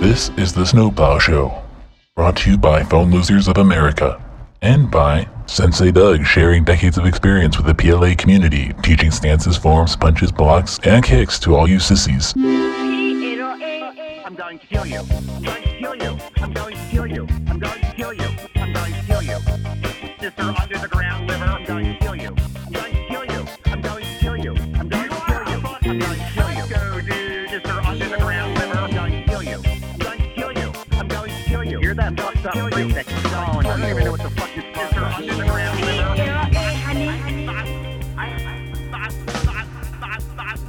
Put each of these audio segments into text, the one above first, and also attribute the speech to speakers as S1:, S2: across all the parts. S1: This is the Snowplow Show, brought to you by Phone Losers of America and by Sensei Doug, sharing decades of experience with the PLA community, teaching stances, forms, punches, blocks, and kicks to all you sissies.
S2: I'm going to kill you. I'm going to kill you. I'm going to kill you. I'm going to kill you. I'm going to kill you. Sister under the ground liver. I'm going to kill you. I'm going to kill you. I'm going to kill you. I'm going to kill you. I'm going to kill you. Go, dude. Sister under the ground liver. I'm going to kill you. I'm going to kill you. I'm going to kill you. You're that fucked up freak that keeps on. I don't even know what the fuck you're Sister under the ground liver.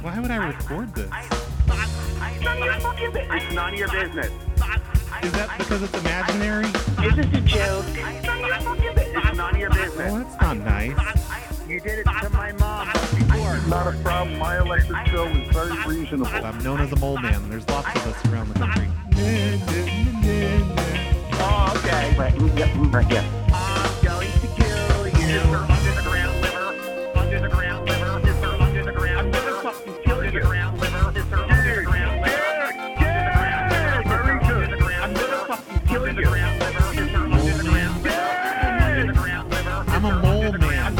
S3: Why would I record this?
S2: It's none of your fucking business. It's none of your business.
S3: Is that because it's imaginary?
S2: This is a joke. It's none of your fucking business. It's none of your
S3: Well,
S2: business.
S3: that's not nice.
S2: You did it to my mom before.
S4: not a problem. My electric bill is very reasonable.
S3: I'm known as a mole man. There's lots of us around the country.
S2: Oh, okay. Right, yep, right, yep. I'm going to kill you. Sister under the ground liver. Under the ground liver. Sister under the ground liver. I'm gonna fucking kill you. Under the ground liver. Sister under the ground liver. Yeah, very good. I'm gonna fucking kill you.
S3: I'm a mole man.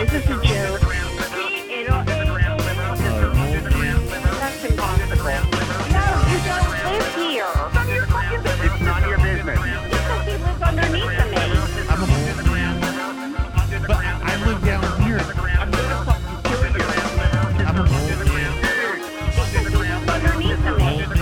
S2: Is this a joke?
S5: No, you don't live here.
S2: It's none of your business.
S5: Because he lives underneath the me.
S3: I'm a mole man. But I, I live down here. I'm a mole man.
S5: Because he lives underneath the me.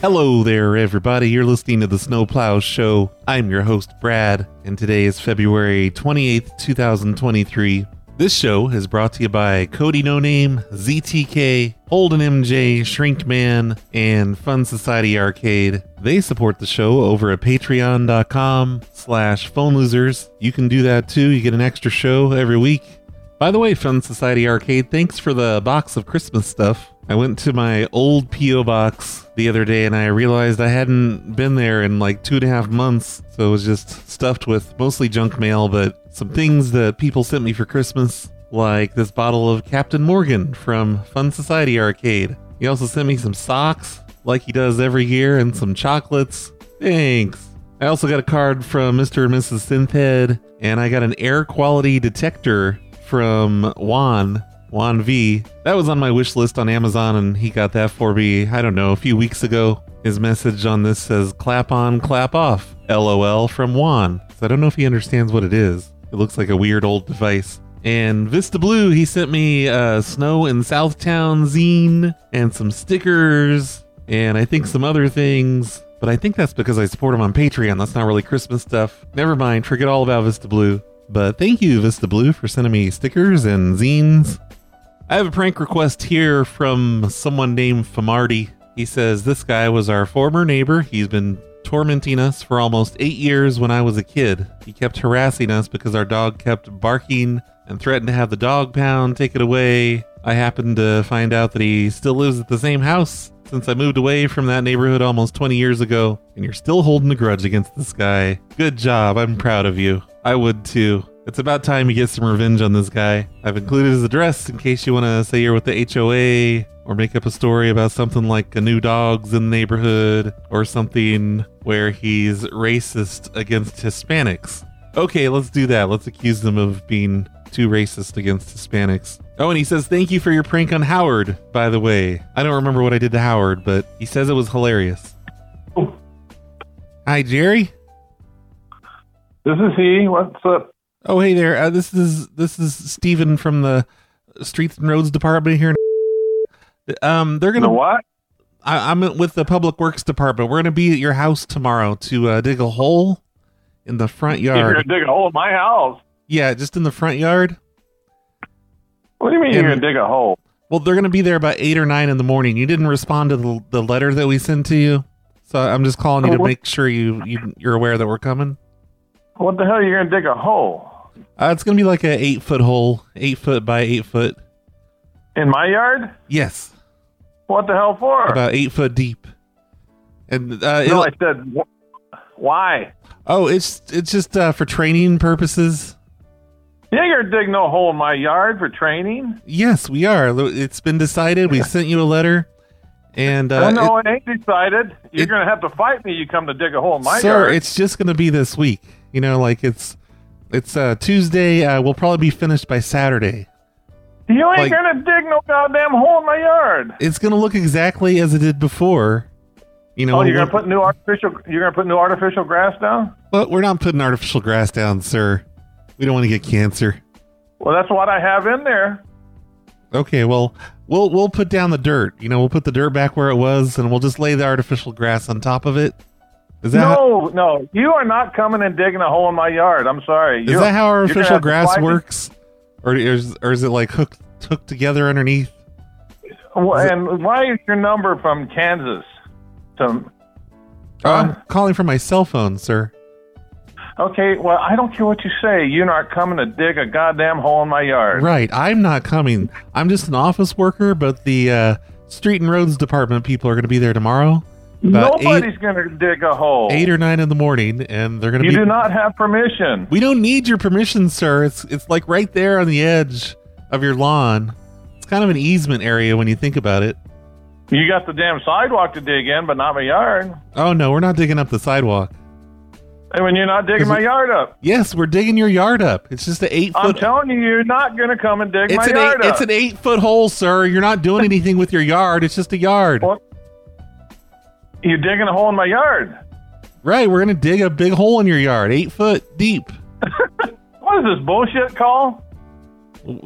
S3: Hello there, everybody. You're listening to the Snowplow Show. I'm your host, Brad, and today is February 28th, 2023. This show is brought to you by Cody No Name, ZTK, Holden MJ, Shrink Man, and Fun Society Arcade. They support the show over at patreon.com slash phone losers. You can do that too. You get an extra show every week. By the way, Fun Society Arcade, thanks for the box of Christmas stuff. I went to my old P.O. box the other day and I realized I hadn't been there in like two and a half months. So it was just stuffed with mostly junk mail, but some things that people sent me for Christmas, like this bottle of Captain Morgan from Fun Society Arcade. He also sent me some socks, like he does every year, and some chocolates. Thanks. I also got a card from Mr. and Mrs. Synthhead, and I got an air quality detector from Juan, Juan V. That was on my wish list on Amazon, and he got that for me, I don't know, a few weeks ago. His message on this says, clap on, clap off, lol from Juan. So I don't know if he understands what it is. It looks like a weird old device. And Vista Blue, he sent me a Snow in Southtown zine and some stickers and I think some other things. But I think that's because I support him on Patreon. That's not really Christmas stuff. Never mind, forget all about Vista Blue. But thank you, Vista Blue, for sending me stickers and zines. I have a prank request here from someone named Famardi. He says, This guy was our former neighbor. He's been tormenting us for almost eight years when I was a kid. He kept harassing us because our dog kept barking and threatened to have the dog pound, take it away. I happened to find out that he still lives at the same house since I moved away from that neighborhood almost 20 years ago, and you're still holding a grudge against this guy. Good job. I'm proud of you. I would too. It's about time you get some revenge on this guy. I've included his address in case you want to say you're with the HOA or make up a story about something like a new dog's in the neighborhood or something where he's racist against Hispanics. Okay, let's do that. Let's accuse them of being too racist against Hispanics. Oh, and he says, Thank you for your prank on Howard, by the way. I don't remember what I did to Howard, but he says it was hilarious. Hi, Jerry.
S4: This is he. What's up?
S3: Oh, hey there. Uh, this is this is Steven from the Streets and Roads Department here. in- Um, they're
S4: You know
S3: gonna.
S4: what?
S3: I, I'm with the Public Works Department. We're gonna be at your house tomorrow to uh, dig a hole in the front
S4: You're gonna
S3: yard.
S4: dig a hole in my house.
S3: Yeah, just in the front yard.
S4: What do you mean you're
S3: And-
S4: gonna dig a hole?
S3: Well, they're going to be there about eight or nine in the morning. You didn't respond to the, the letter that we sent to you, so I'm just calling you to make sure you, you you're aware that we're coming.
S4: What the hell are you gonna dig a hole?
S3: Uh, it's going to be like a eight foot hole, eight foot by eight foot.
S4: In my yard?
S3: Yes,
S4: What the hell for?
S3: about eight foot deep. And uh,
S4: no,
S3: it'll-
S4: I said wh- why?
S3: oh, it's it's just uh, for training purposes.
S4: You ain't gonna dig no hole in my yard for training.
S3: Yes, we are. Lo- It's been decided. We sent you a letter, and uh,
S4: Oh no,
S3: it-
S4: it ain't decided. You're
S3: it-
S4: gonna have to fight me. You come to dig a hole in my
S3: sir,
S4: yard.
S3: it's just going to be this week. You know, like it's it's uh, Tuesday. Uh, we'll probably be finished by Saturday.
S4: you ain't
S3: like-
S4: gonna dig no goddamn hole in my yard.
S3: It's going to look exactly as it did before. You know,
S4: Oh, you're gonna
S3: we're-
S4: put new artificial. You're gonna put new artificial grass down.
S3: but we're not putting artificial grass down, sir. We don't want to get cancer.
S4: Well, that's what I have in there.
S3: Okay, well, we'll we'll put down the dirt. You know, we'll put the dirt back where it was, and we'll just lay the artificial grass on top of it. Is that
S4: no, no, you are not coming and digging a hole in my yard. I'm sorry.
S3: Is that how artificial grass works,
S4: works?
S3: or is or is it like hooked hooked together underneath?
S4: Well, and why is your number from Kansas? To,
S3: I'm calling from my cell phone, sir.
S4: okay, well, I don't care what you say. You're not coming to dig a goddamn hole in my yard.
S3: Right, I'm not coming. I'm just an office worker, but the uh, street and roads department people are going to be there tomorrow, about eight,
S4: Nobody's going to dig a hole.
S3: eight or nine in the morning, and they're going to
S4: you
S3: be.
S4: do not have permission.
S3: We don't need your permission, sir. It's it's like right there on the edge of your lawn. It's kind of an easement area when you think about it.
S4: You got the damn sidewalk to dig in, but not my yard.
S3: Oh no, we're not digging up the sidewalk.
S4: And when you're not digging
S3: Is
S4: my
S3: it-
S4: yard up,
S3: Yes, we're digging your yard up. It's just an eight
S4: I'm
S3: foot
S4: telling you, you're not going to come and dig
S3: It's
S4: my
S3: an
S4: yard
S3: eight,
S4: up.
S3: it's an eight foot hole, sir. You're not doing anything with your yard. It's just a yard.
S4: Well- you're digging a hole in my yard.
S3: Right. We're gonna dig a big hole in your yard, eight foot deep.
S4: What is this bullshit call?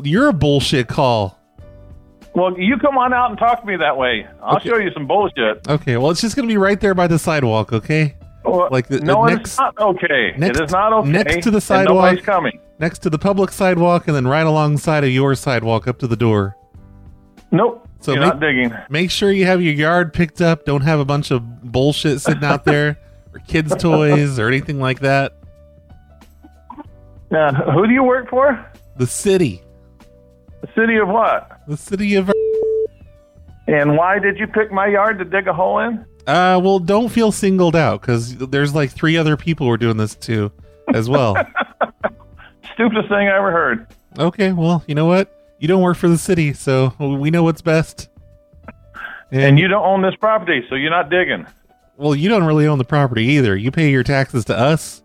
S3: You're a bullshit call.
S4: Well, you come on out and talk to me that way. I'll
S3: Okay.
S4: show you some bullshit.
S3: Okay. Well, it's just gonna be right there by the sidewalk. Okay.
S4: Well,
S3: Like the- the
S4: no,
S3: next-
S4: it's not okay.
S3: next-
S4: it is not okay.
S3: next to the
S4: and nobody's
S3: sidewalk.
S4: coming.
S3: Next to the public sidewalk, and then right alongside of your sidewalk, up to the door.
S4: Nope.
S3: So
S4: you're
S3: make-
S4: not digging.
S3: Make sure you have your yard picked up. Don't have a bunch of bullshit sitting out there, or kids' toys, or anything like that.
S4: Yeah. Who do you work for?
S3: The city,
S4: The city of what?
S3: the city of.
S4: And why did you pick my yard to dig a hole in?
S3: Uh, well, don't feel singled out because there's like three other people we're doing this to as well.
S4: Stupidest thing I ever heard.
S3: okay, well, you know what? You don't work for the city, so we know what's best.
S4: And you don't own this property, so you're not digging.
S3: well, you don't really own the property either. You pay your taxes to us.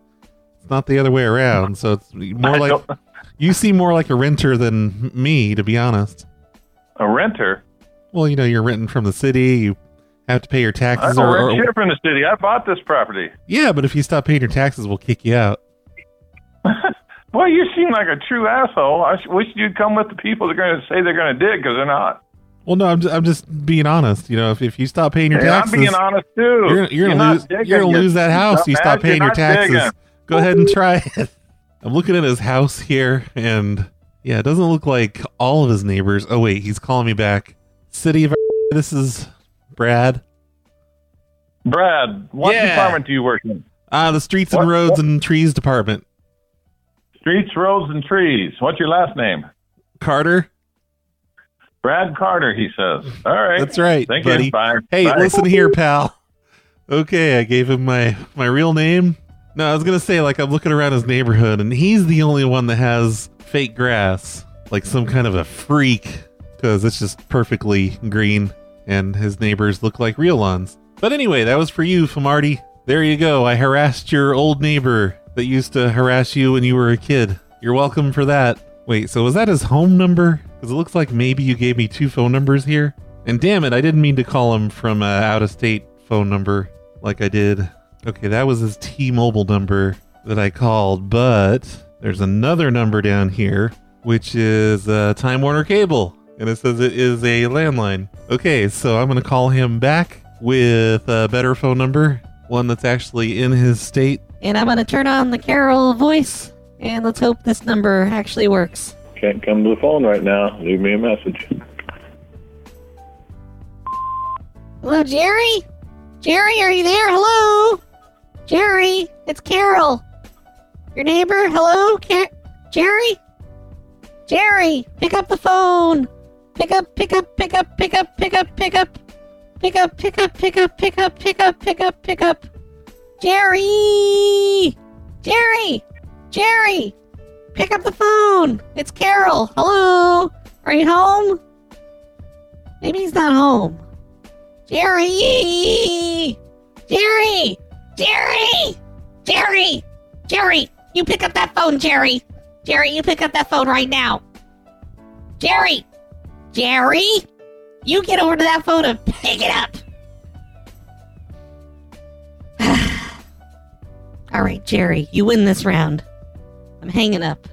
S3: It's not the other way around. So it's more
S4: I
S3: like
S4: don't-
S3: you seem more like a renter than me, to be honest.
S4: a renter.
S3: Well, you know, you're renting from the city. You have to pay your
S4: I
S3: taxes,
S4: don't
S3: or,
S4: rent
S3: or
S4: shit from the city. I bought this property.
S3: yeah. But if you stop paying your taxes, we'll kick you out.
S4: Well, you seem like a true asshole. I s- wish you'd come with the people that are going to say they're going to dig because they're not.
S3: Well, no, I'm just, I'm just being honest. You know, if, if you stop paying your
S4: And I'm
S3: taxes,
S4: being honest too.
S3: You're, gonna- you're gonna
S4: not
S3: lose.
S4: digging.
S3: You're gonna lose that house. You stop
S4: dumbass. You're
S3: paying your
S4: not
S3: taxes.
S4: digging.
S3: Go ahead and try it. I'm looking at his house here, and yeah, it doesn't look like all of his neighbors. Oh wait, he's calling me back. City of this is Brad.
S4: Brad, what
S3: Yeah.
S4: department do you work in?
S3: Ah, the streets and
S4: What-
S3: roads
S4: what-
S3: and trees department.
S4: Streets, roads, and trees. What's your last name?
S3: Carter.
S4: Brad Carter, he says. All right.
S3: That's right,
S4: Thank
S3: buddy.
S4: you. Bye.
S3: Hey,
S4: Bye.
S3: listen here, pal. Okay, I gave him my my real name. No, I was gonna say like I'm looking around his neighborhood, and he's the only one that has fake grass, like some kind of a freak, because it's just perfectly green, and his neighbors look like real lawns. But anyway, that was for you, Famarty. There you go. I harassed your old neighbor that used to harass you when you were a kid. You're welcome for that. Wait, so was that his home number? Because it looks like maybe you gave me two phone numbers here. And damn it, I didn't mean to call him from an out of state phone number like I did. Okay, that was his T Mobile number that I called, but there's another number down here, which is uh, Time Warner Cable. And it says it is a landline. Okay, so I'm going to call him back with a better phone number, one that's actually in his state.
S6: And I'm gonna turn on the Carol voice, and let's hope this number actually works.
S7: Can't come to the phone right now. Leave me a message.
S6: Hello, Jerry? Jerry, are you there? Hello? Jerry, it's Carol. Your neighbor? Hello? Car- Jerry? Jerry, pick up the phone. Pick up, pick up, pick up, pick up, pick up, pick up. Pick up, pick up, pick up, pick up, pick up, pick up, pick up. Jerry! Jerry! Jerry! Pick up the phone. It's Carol. Hello. Are you home? Maybe he's not home. Jerry! Jerry! Jerry! Jerry! Jerry! You pick up that phone, Jerry! Jerry, you pick up that phone right now! Jerry! Jerry! You get over to that phone and pick it up! Alright, Jerry, you win this round. I'm hanging up.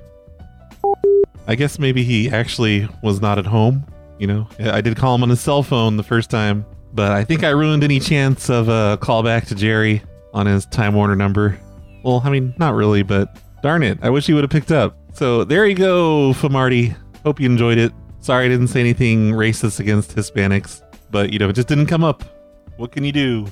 S3: I guess maybe he actually was not at home. You know, I did call him on his cell phone the first time, but I think I ruined any chance of a callback to Jerry on his Time Warner number. Well, I mean, not really, but darn it, I wish he would have picked up. So there you go, Famarty. Hope you enjoyed it. Sorry I didn't say anything racist against Hispanics, but you know, it just didn't come up. What can you do?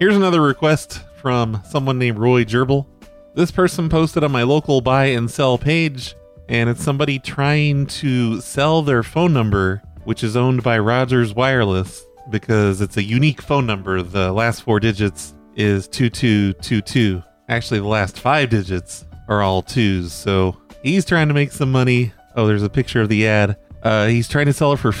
S3: Here's another request from someone named Roy Gerbil. This person posted on my local buy and sell page, and it's somebody trying to sell their phone number, which is owned by Rogers Wireless because it's a unique phone number. The last four digits is 2222. Actually, the last five digits are all twos, so he's trying to make some money. Oh, there's a picture of the ad. Uh, he's trying to sell it for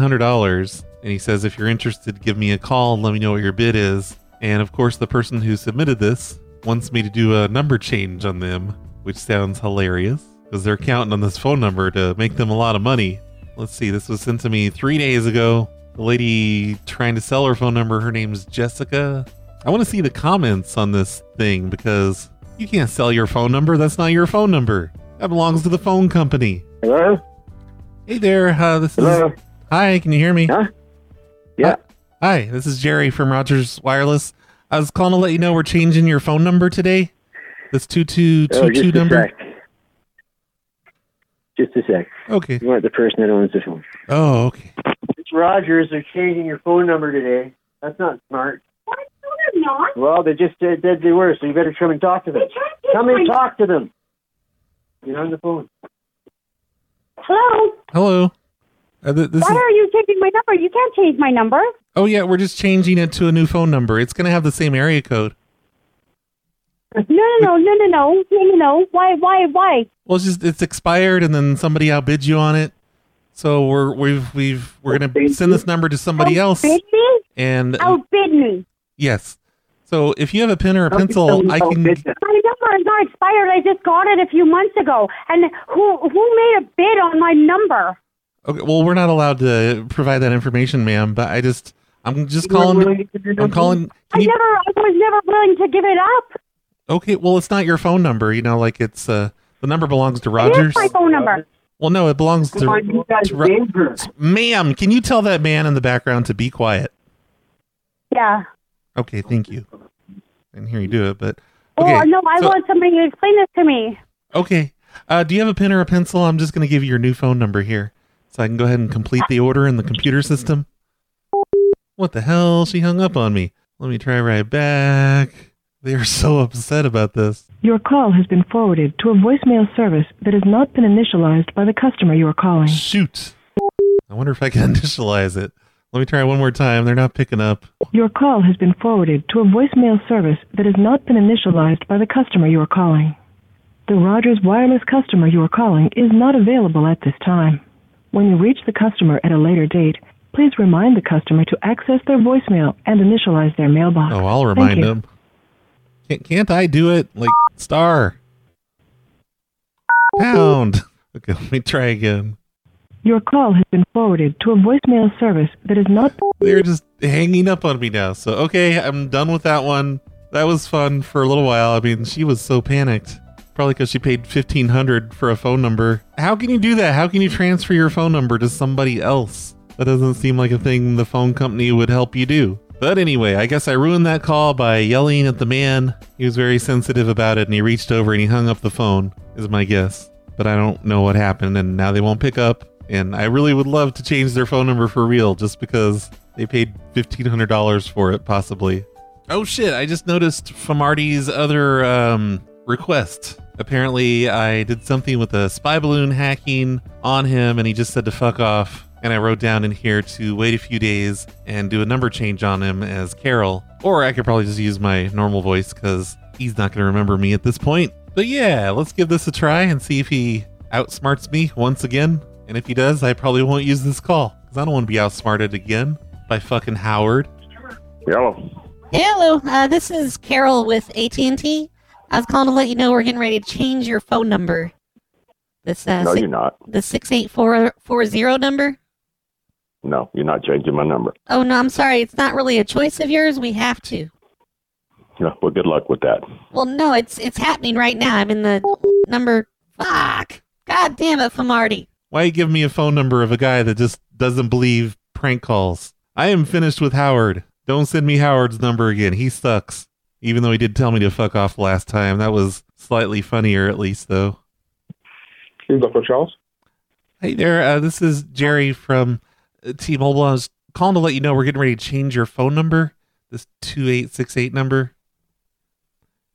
S3: $1,500, and he says, if you're interested, give me a call and let me know what your bid is. And of course, the person who submitted this wants me to do a number change on them, which sounds hilarious because they're counting on this phone number to make them a lot of money. Let's see, this was sent to me three days ago. The lady trying to sell her phone number, her name's Jessica. I want to see the comments on this thing because you can't sell your phone number. That's not your phone number. That belongs to the phone company.
S8: Hello?
S3: Hey there, uh, this is.
S8: Hello?
S3: Hi, can you hear me?
S8: Huh? Yeah.
S3: Hi, this is Jerry from Rogers Wireless. I was calling to let you know we're changing your phone number today. This
S8: Oh,
S3: 2222
S8: just a
S3: number.
S8: sec. Just a sec.
S3: Okay.
S8: You want the person that owns the phone.
S3: Oh, okay.
S8: It's Rogers. They're changing your phone number today. That's not smart.
S5: What? No, they're not.
S8: Well, they just said said they were, so you better come and talk to them.
S5: tried to
S8: Come and
S5: find-
S8: talk to them. Get on the phone.
S5: Hello?
S3: Hello. Uh, th- this
S5: Why
S3: is,
S5: are you changing my number? You can't change my number.
S3: oh, yeah, we're just changing it to a new phone number. It's going to have the same area code.
S5: No, no, no, no, no, no, no, no, no. Why, why, why?
S3: Well, it's just it's expired, and then somebody outbid you on it. So we're we've we've we're gonna send this number to somebody else,
S5: Outbid me?
S3: and
S5: Outbid me.
S3: yes. So if you have a pen or a pencil, I can.
S5: My number is not expired. I just got it a few months ago. And who who made a bid on my number?
S3: Okay, well, we're not allowed to provide that information, ma'am. But I just, I'm just calling. I'm calling.
S5: I
S3: Can you,
S5: never, I was never willing to give it up.
S3: okay, well, it's not your phone number. You know, like it's uh, the number belongs to
S5: It
S3: Rogers.
S5: is my phone number.
S3: Well, no, it belongs to, to Ro- ma'am. Can you tell that man in the background to be quiet?
S5: Yeah.
S3: Okay, thank you. And here you do it, but okay.
S5: Oh no, I
S3: so-
S5: want somebody to explain this to me.
S3: Okay. Uh, do you have a pen or a pencil? I'm just going to give you your new phone number here so I can go ahead and complete the order in the computer system. What the hell? She hung up on me. Let me try right back. They are so upset about this.
S9: Your call has been forwarded to a voicemail service that has not been initialized by the customer you are calling.
S3: Shoot. I wonder if I can initialize it. Let me try one more time. They're not picking up.
S9: Your call has been forwarded to a voicemail service that has not been initialized by the customer you are calling. The Rogers wireless customer you are calling is not available at this time. When you reach the customer at a later date, please remind the customer to access their voicemail and initialize their mailbox.
S3: Oh, I'll
S9: Thank
S3: remind
S9: you.
S3: them. Can't, can't I do it? Like, star. Pound. Okay, let me try again.
S9: Your call has been forwarded to a voicemail service that is not.
S3: they're just hanging up on me now. So okay, I'm done with that one. That was fun for a little while. I mean, she was so panicked, probably because she paid fifteen hundred for a phone number. How can you do that? How can you transfer your phone number to somebody else? That doesn't seem like a thing the phone company would help you do. But anyway, I guess I ruined that call by yelling at the man. He was very sensitive about it, and he reached over and he hung up the phone. Is my guess but I don't know what happened, and now they won't pick up. And I really would love to change their phone number for real, just because they paid fifteen hundred dollars for it, possibly. Oh shit! I just noticed Famarty's other um, request. Apparently, I did something with a spy balloon hacking on him, and he just said to fuck off. And I wrote down in here to wait a few days and do a number change on him as Carol, or I could probably just use my normal voice because he's not going to remember me at this point. But But yeah, let's give this a try and see if he outsmarts me once again. And if he does, I probably won't use this call because I don't want to be outsmarted again by fucking Howard.
S7: Yellow.
S6: Hello, uh, this is Carol with AT&T. I was calling to let you know we're getting ready to change your phone number. This uh,
S7: No,
S6: si-
S7: you're not.
S6: the six eight four four zero number.
S7: No, you're not changing my number.
S6: Oh no, I'm sorry. It's not really a choice of yours. We have to.
S7: No, well, good luck with that.
S6: Well, no, it's it's happening right now. I'm in the number. Fuck. God damn it, Famardi.
S3: Why you give me a phone number of a guy that just doesn't believe prank calls? I am finished with Howard. Don't send me Howard's number again. He sucks. Even though he did tell me to fuck off last time. That was slightly funnier, at least, though.
S10: Dr. Charles?
S3: Hey there, uh, this is Jerry from uh, T-Mobile. I was calling to let you know we're getting ready to change your phone number, this two eight six eight number,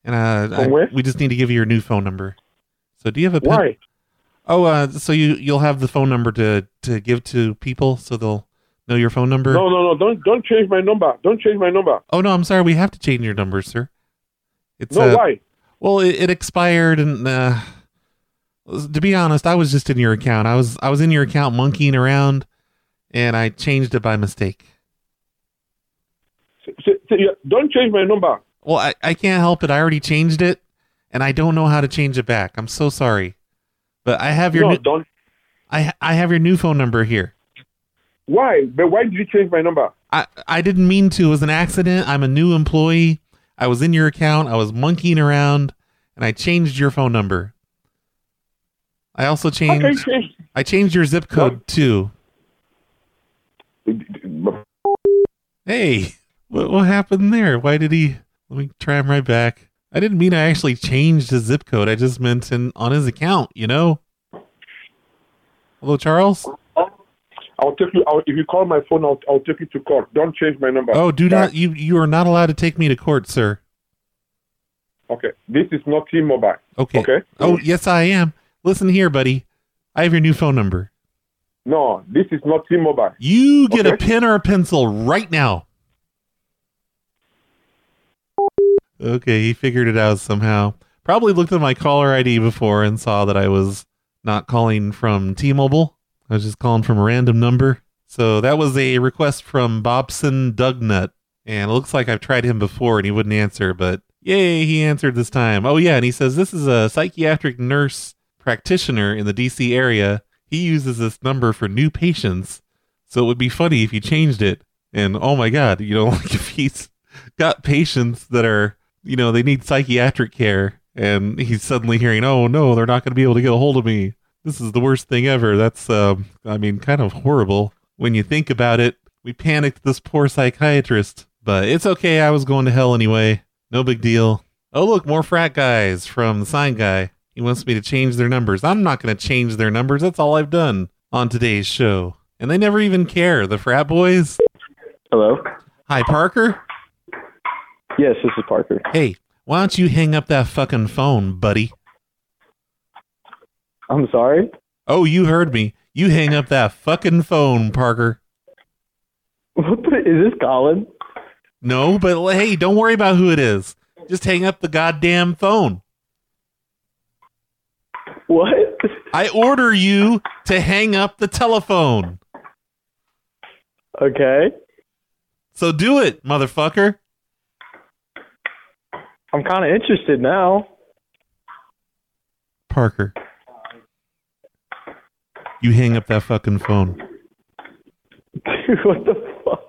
S3: and uh, I- we just need to give you your new phone number. So, do you have a pen?
S10: Why?
S3: Oh, uh, so you you'll have the phone number to to give to people, so they'll know your phone number.
S10: No, no, no. Don't don't change my number. Don't change my number.
S3: Oh no, I'm sorry. We have to change your number, sir. It's
S10: No,
S3: uh,
S10: why?
S3: Well, it, it expired, and uh, to be honest, I was just in your account. I was I was in your account monkeying around, and I changed it by mistake.
S10: S- s- yeah, Don't change my number.
S3: Well, I, I can't help it. I already changed it, and I don't know how to change it back. I'm so sorry, but I have your
S10: No,
S3: new,
S10: don't.
S3: I ha- I have your new phone number here.
S10: Why? But why did you change my number?
S3: I, I didn't mean to. It was an accident. I'm a new employee. I was in your account. I was monkeying around, and I changed your phone number. I also
S10: How can you
S3: changed.
S10: change?
S3: I changed your zip code too. Hey, what what happened there? Why did he? Let me try him right back. I didn't mean I actually changed his zip code. I just meant in, on his account. You know. Hello, Charles.
S10: I'll take you. I'll, if you call my phone, I'll, I'll take you to court. Don't change my number.
S3: Oh, do not you you are not allowed to take me to court, sir.
S10: Okay. This is not T-Mobile.
S3: Okay.
S10: Okay.
S3: Oh, yes, I am. Listen here, buddy. I have your new phone number.
S10: No, this is not T-Mobile.
S3: You get a pen or a pencil right now. Okay, he figured it out somehow. Probably looked at my caller ID before and saw that I was not calling from T Mobile. I was just calling from a random number. So that was a request from Bobson Dugnut. And it looks like I've tried him before and he wouldn't answer, but yay, he answered this time. Oh, yeah. And he says, This is a psychiatric nurse practitioner in the DC area. He uses this number for new patients. So it would be funny if you changed it. And oh my God, you know, like if he's got patients that are, you know, they need psychiatric care and he's suddenly hearing, oh no, they're not going to be able to get a hold of me. This is the worst thing ever. That's, um, I mean, kind of horrible when you think about it. We panicked this poor psychiatrist, but it's okay. I was going to hell anyway. No big deal. Oh, look, more frat guys from the sign guy. He wants me to change their numbers. I'm not going to change their numbers. That's all I've done on today's show. And they never even care, the frat boys.
S11: Hello?
S3: Hi, Parker.
S11: Yes, this is Parker.
S3: Hey, why don't you hang up that fucking phone, buddy?
S11: I'm sorry?
S3: Oh, you heard me. You hang up that fucking phone, Parker.
S11: What the, is this Colin?
S3: No, but l- hey, don't worry about who it is. Just hang up the goddamn phone.
S11: What?
S3: I order you to hang up the telephone.
S11: Okay.
S3: So do it, motherfucker.
S11: I'm kind of interested now.
S3: Parker. You hang up that fucking phone.
S11: Dude, what the fuck?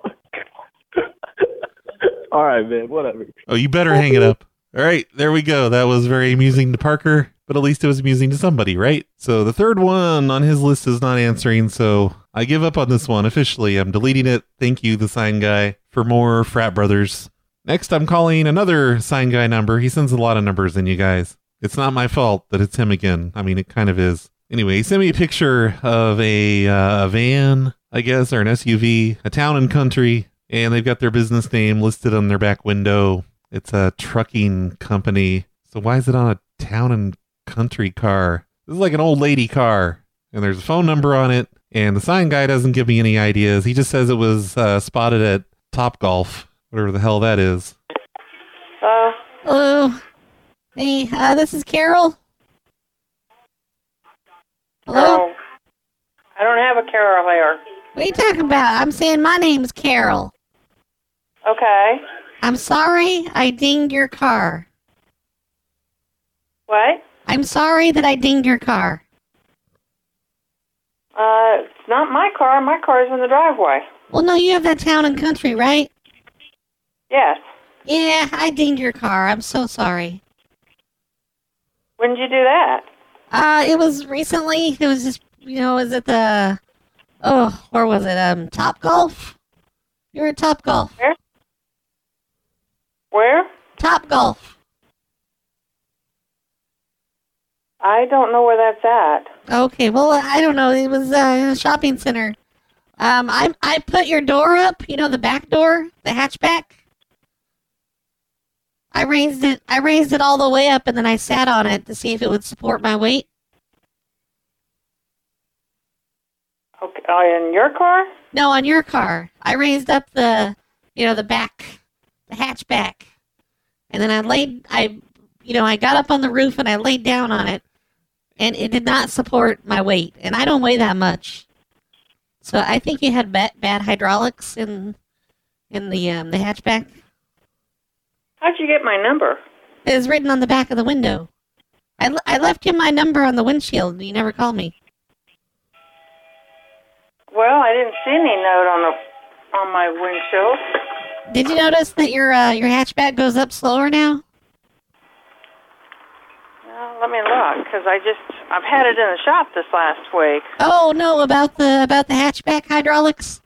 S11: All right, man, whatever.
S3: Oh, you better hang it up. All right, there we go. That was very amusing to Parker, but at least it was amusing to somebody, right? So the third one on his list is not answering, so I give up on this one officially. I'm deleting it. Thank you, the sign guy, for more frat brothers. Next, I'm calling another sign guy number. He sends a lot of numbers in, you guys. It's not my fault that it's him again. I mean, it kind of is. Anyway, he sent me a picture of a, uh, a van, I guess, or an SUV, a town and country, and they've got their business name listed on their back window. It's a trucking company. So why is it on a town and country car? This is like an old lady car, and there's a phone number on it. And the sign guy doesn't give me any ideas. He just says it was uh, spotted at Top Golf, whatever the hell that is.
S6: Hello. Oh, Hey, uh, this is Carol.
S12: Oh.
S6: Hello?
S12: I don't have a Carol here.
S6: What are you talking about? I'm saying my name's Carol.
S12: Okay.
S6: I'm sorry I dinged your car.
S12: What?
S6: I'm sorry that I dinged your car.
S12: Uh, it's not my car. My car is in the driveway.
S6: Well, no, you have that town and country, right?
S12: Yes.
S6: Yeah, I dinged your car. I'm so sorry.
S12: When did you do that?
S6: Uh, it was recently. It was just, you know, was it the, oh, where was it? Um, Top Golf. You were at Top Golf.
S12: Where? Where?
S6: Top Golf.
S12: I don't know where that's at.
S6: Okay. Well, I don't know. It was uh, in a shopping center. Um, I I put your door up. You know, the back door, the hatchback. I raised it. I raised it all the way up, and then I sat on it to see if it would support my weight.
S12: Okay. Uh, in your car?
S6: No, on your car. I raised up the, you know, the back, the hatchback, and then I laid. I, you know, I got up on the roof and I laid down on it, and it did not support my weight. And I don't weigh that much, so I think you had bad, bad hydraulics in, in the um, the hatchback.
S12: How'd you get my number?
S6: It was written on the back of the window. I, le- I left you my number on the windshield, and you never called me.
S12: Well, I didn't see any note on the on my windshield.
S6: Did you notice that your uh, your hatchback goes up slower now?
S12: Well, let me look, because I just I've had it in the shop this last week.
S6: Oh no, about the about the hatchback hydraulics.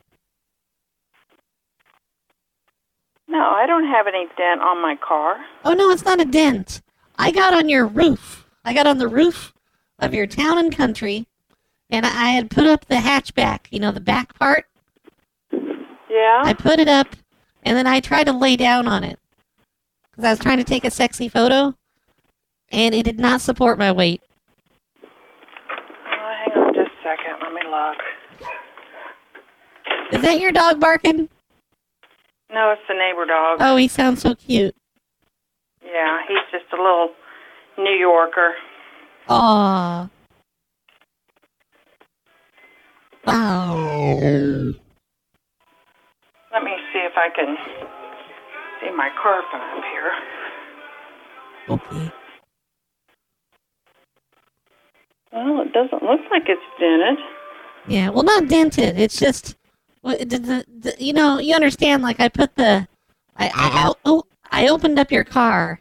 S12: No, I don't have any dent on my car.
S6: Oh no, it's not a dent. I got on your roof. I got on the roof of your town and country, and I had put up the hatchback. You know the back part.
S12: Yeah.
S6: I put it up, and then I tried to lay down on it because I was trying to take a sexy photo, and it did not support my weight.
S12: Oh, hang on just a second. Let me look.
S6: Is that your dog barking?
S12: No, it's the neighbor dog.
S6: Oh, he sounds so cute.
S12: Yeah, he's just a little New Yorker.
S6: Aw. Oh.
S12: Let me see if I can see my car from up here.
S6: Okay.
S12: Well, it doesn't look like it's dented.
S6: Yeah, well, not dented. It's just, well, it- the, the, the- you know, you understand. Like I put the, I, I, I oh, I opened up your car,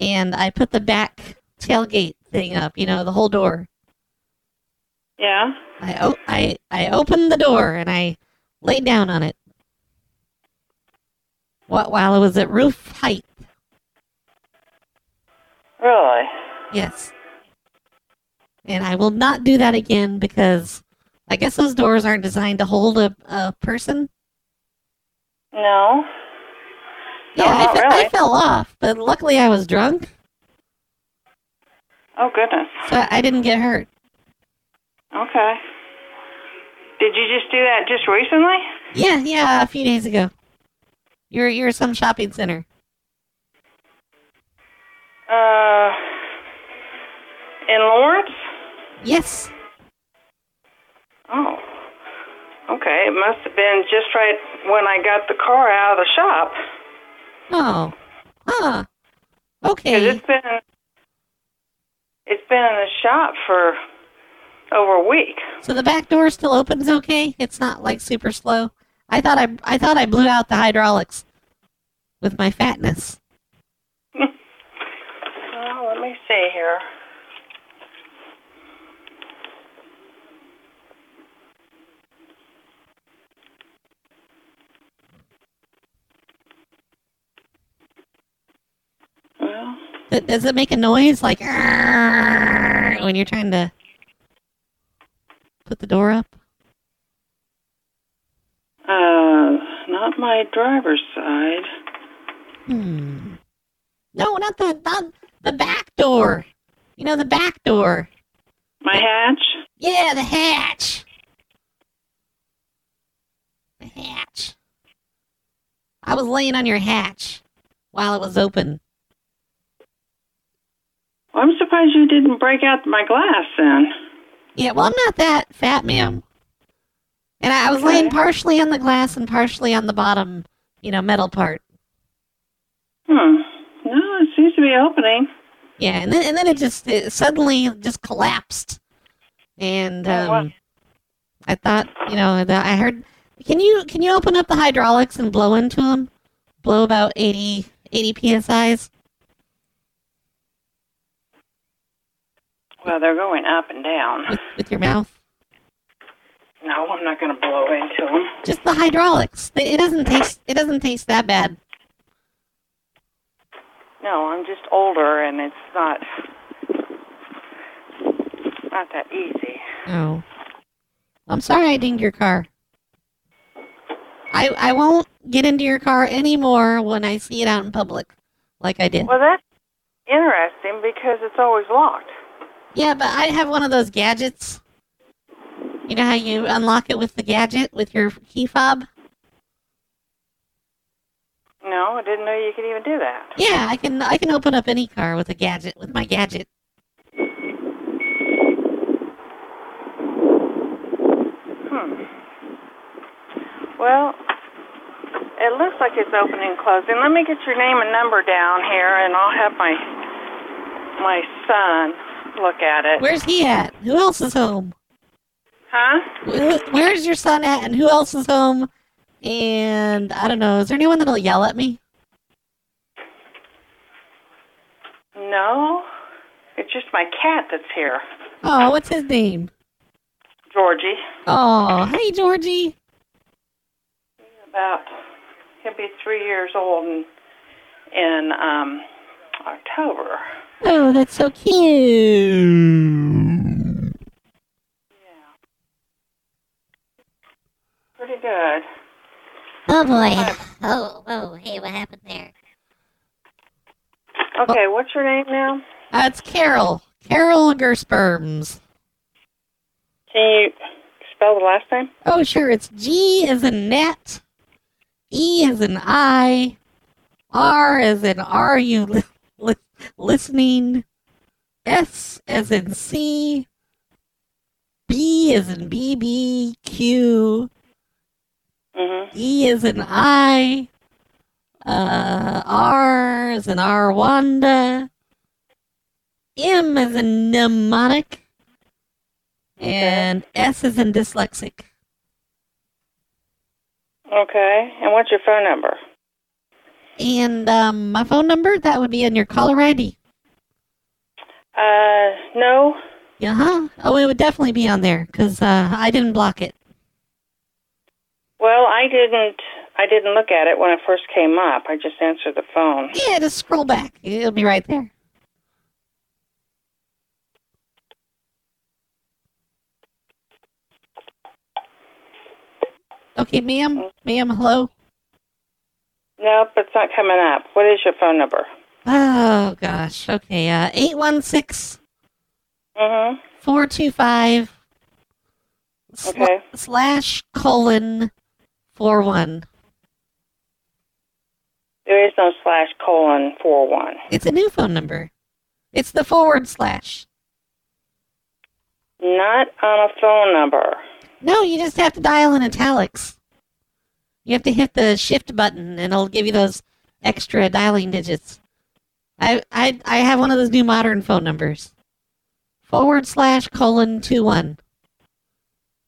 S6: and I put the back tailgate thing up. You know, the whole door.
S12: Yeah.
S6: I, o- I, I opened the door and I laid down on it. Wh- While it was at roof height.
S12: Really?
S6: Yes. And I will not do that again because I guess those doors aren't designed to hold a, a person.
S12: No.
S6: Yeah, I, fe- I fell off, but luckily I was drunk,
S12: Oh goodness.
S6: so I didn't get hurt.
S12: Okay. Did you just do that just recently?
S6: Yeah, yeah, a few days ago. You're you're at some shopping center.
S12: Uh, in Lawrence?
S6: Yes.
S12: Oh. Okay, it must have been just right when I got the car out of the shop.
S6: Oh. Huh.
S12: 'Cause
S6: Okay.
S12: it's been it's been in the shop for over a week.
S6: So the back door still opens okay. It's not like super slow. I thought I I thought I blew out the hydraulics with my fatness.
S12: Well, let me see here. Well,
S6: Th- Does it make a noise like "Arrgh," when you're trying to put the door up?
S12: uh, not my driver's side.
S6: Hmm. No, not the not the back door. You know the back door.
S12: My hatch?
S6: Yeah, the hatch. The hatch. I was laying on your hatch while it was open.
S12: I'm surprised you didn't break out my glass then.
S6: Yeah, well, I'm not that fat, ma'am. And I, I was laying partially on the glass and partially on the bottom, you know, metal part.
S12: Hmm. No, it seems to be opening.
S6: Yeah, and then, and then it just it suddenly just collapsed. And
S12: Oh,
S6: um, I thought, you know, that I heard. Can you can you open up the hydraulics and blow into them? Blow about 80, 80 psi's.
S12: Well, they're going up and down.
S6: with your mouth.
S12: No, I'm not going to blow into them.
S6: Just the hydraulics. They- It doesn't taste. It doesn't taste that bad.
S12: No, I'm just older and it's not not that easy.
S6: Oh. I'm sorry I dinged your car. I I won't get into your car anymore when I see it out in public, like I did.
S12: Well, that's interesting because it's always locked.
S6: Yeah, but I have one of those gadgets. You know how you unlock it with the gadget with your key fob?
S12: No, I didn't know you could even do that.
S6: Yeah, I can I can open up any car with a gadget with my gadget.
S12: Hmm. Well, it looks like it's opening and closing. Let me get your name and number down here, and I'll have my my son look at it.
S6: Where's he at? Who else is home?
S12: Huh?
S6: Wh- Where's your son at and who else is home? And I don't know, is there anyone that'll yell at me?
S12: No, it's just my cat that's here,
S6: Oh, what's his name?
S12: Georgie.
S6: Oh, hey Georgie.
S12: About he'll be three years old in in um, October.
S6: Oh, that's so cute.
S12: Pretty good.
S6: Oh boy. Oh, oh, hey, what happened there?
S12: Okay, what's your name now?
S6: That's Carol. Carol Gersperms.
S12: Can you spell the last name?
S6: Oh, sure. It's G is in net, E is in I, R is in are you li- li- listening, S as in C, B is in BB, Q, E is in I, uh, R is in Rwanda, M is in mnemonic, and S is in dyslexic.
S12: Okay, and what's your phone number?
S6: And um, my phone number, that would be in your caller ID.
S12: Uh, no.
S6: Uh huh. Oh, it would definitely be on there because uh, I didn't block it.
S12: Well, I didn't. I didn't look at it when I first came up. I just answered the phone.
S6: Yeah, just scroll back. It'll be right there. Okay, ma'am. Ma'am, hello.
S12: Nope, it's not coming up. What is your phone number?
S6: Oh, gosh. Okay, uh, 816
S12: Mm-hmm.
S6: 425 sl-
S12: Okay.
S6: slash colon four one.
S12: There is no slash colon four one.
S6: It's a new phone number. It's the forward slash.
S12: Not on a phone number.
S6: No, you just have to dial in italics. You have to hit the shift button, and it'll give you those extra dialing digits. I I I have one of those new modern phone numbers. Forward slash colon two one.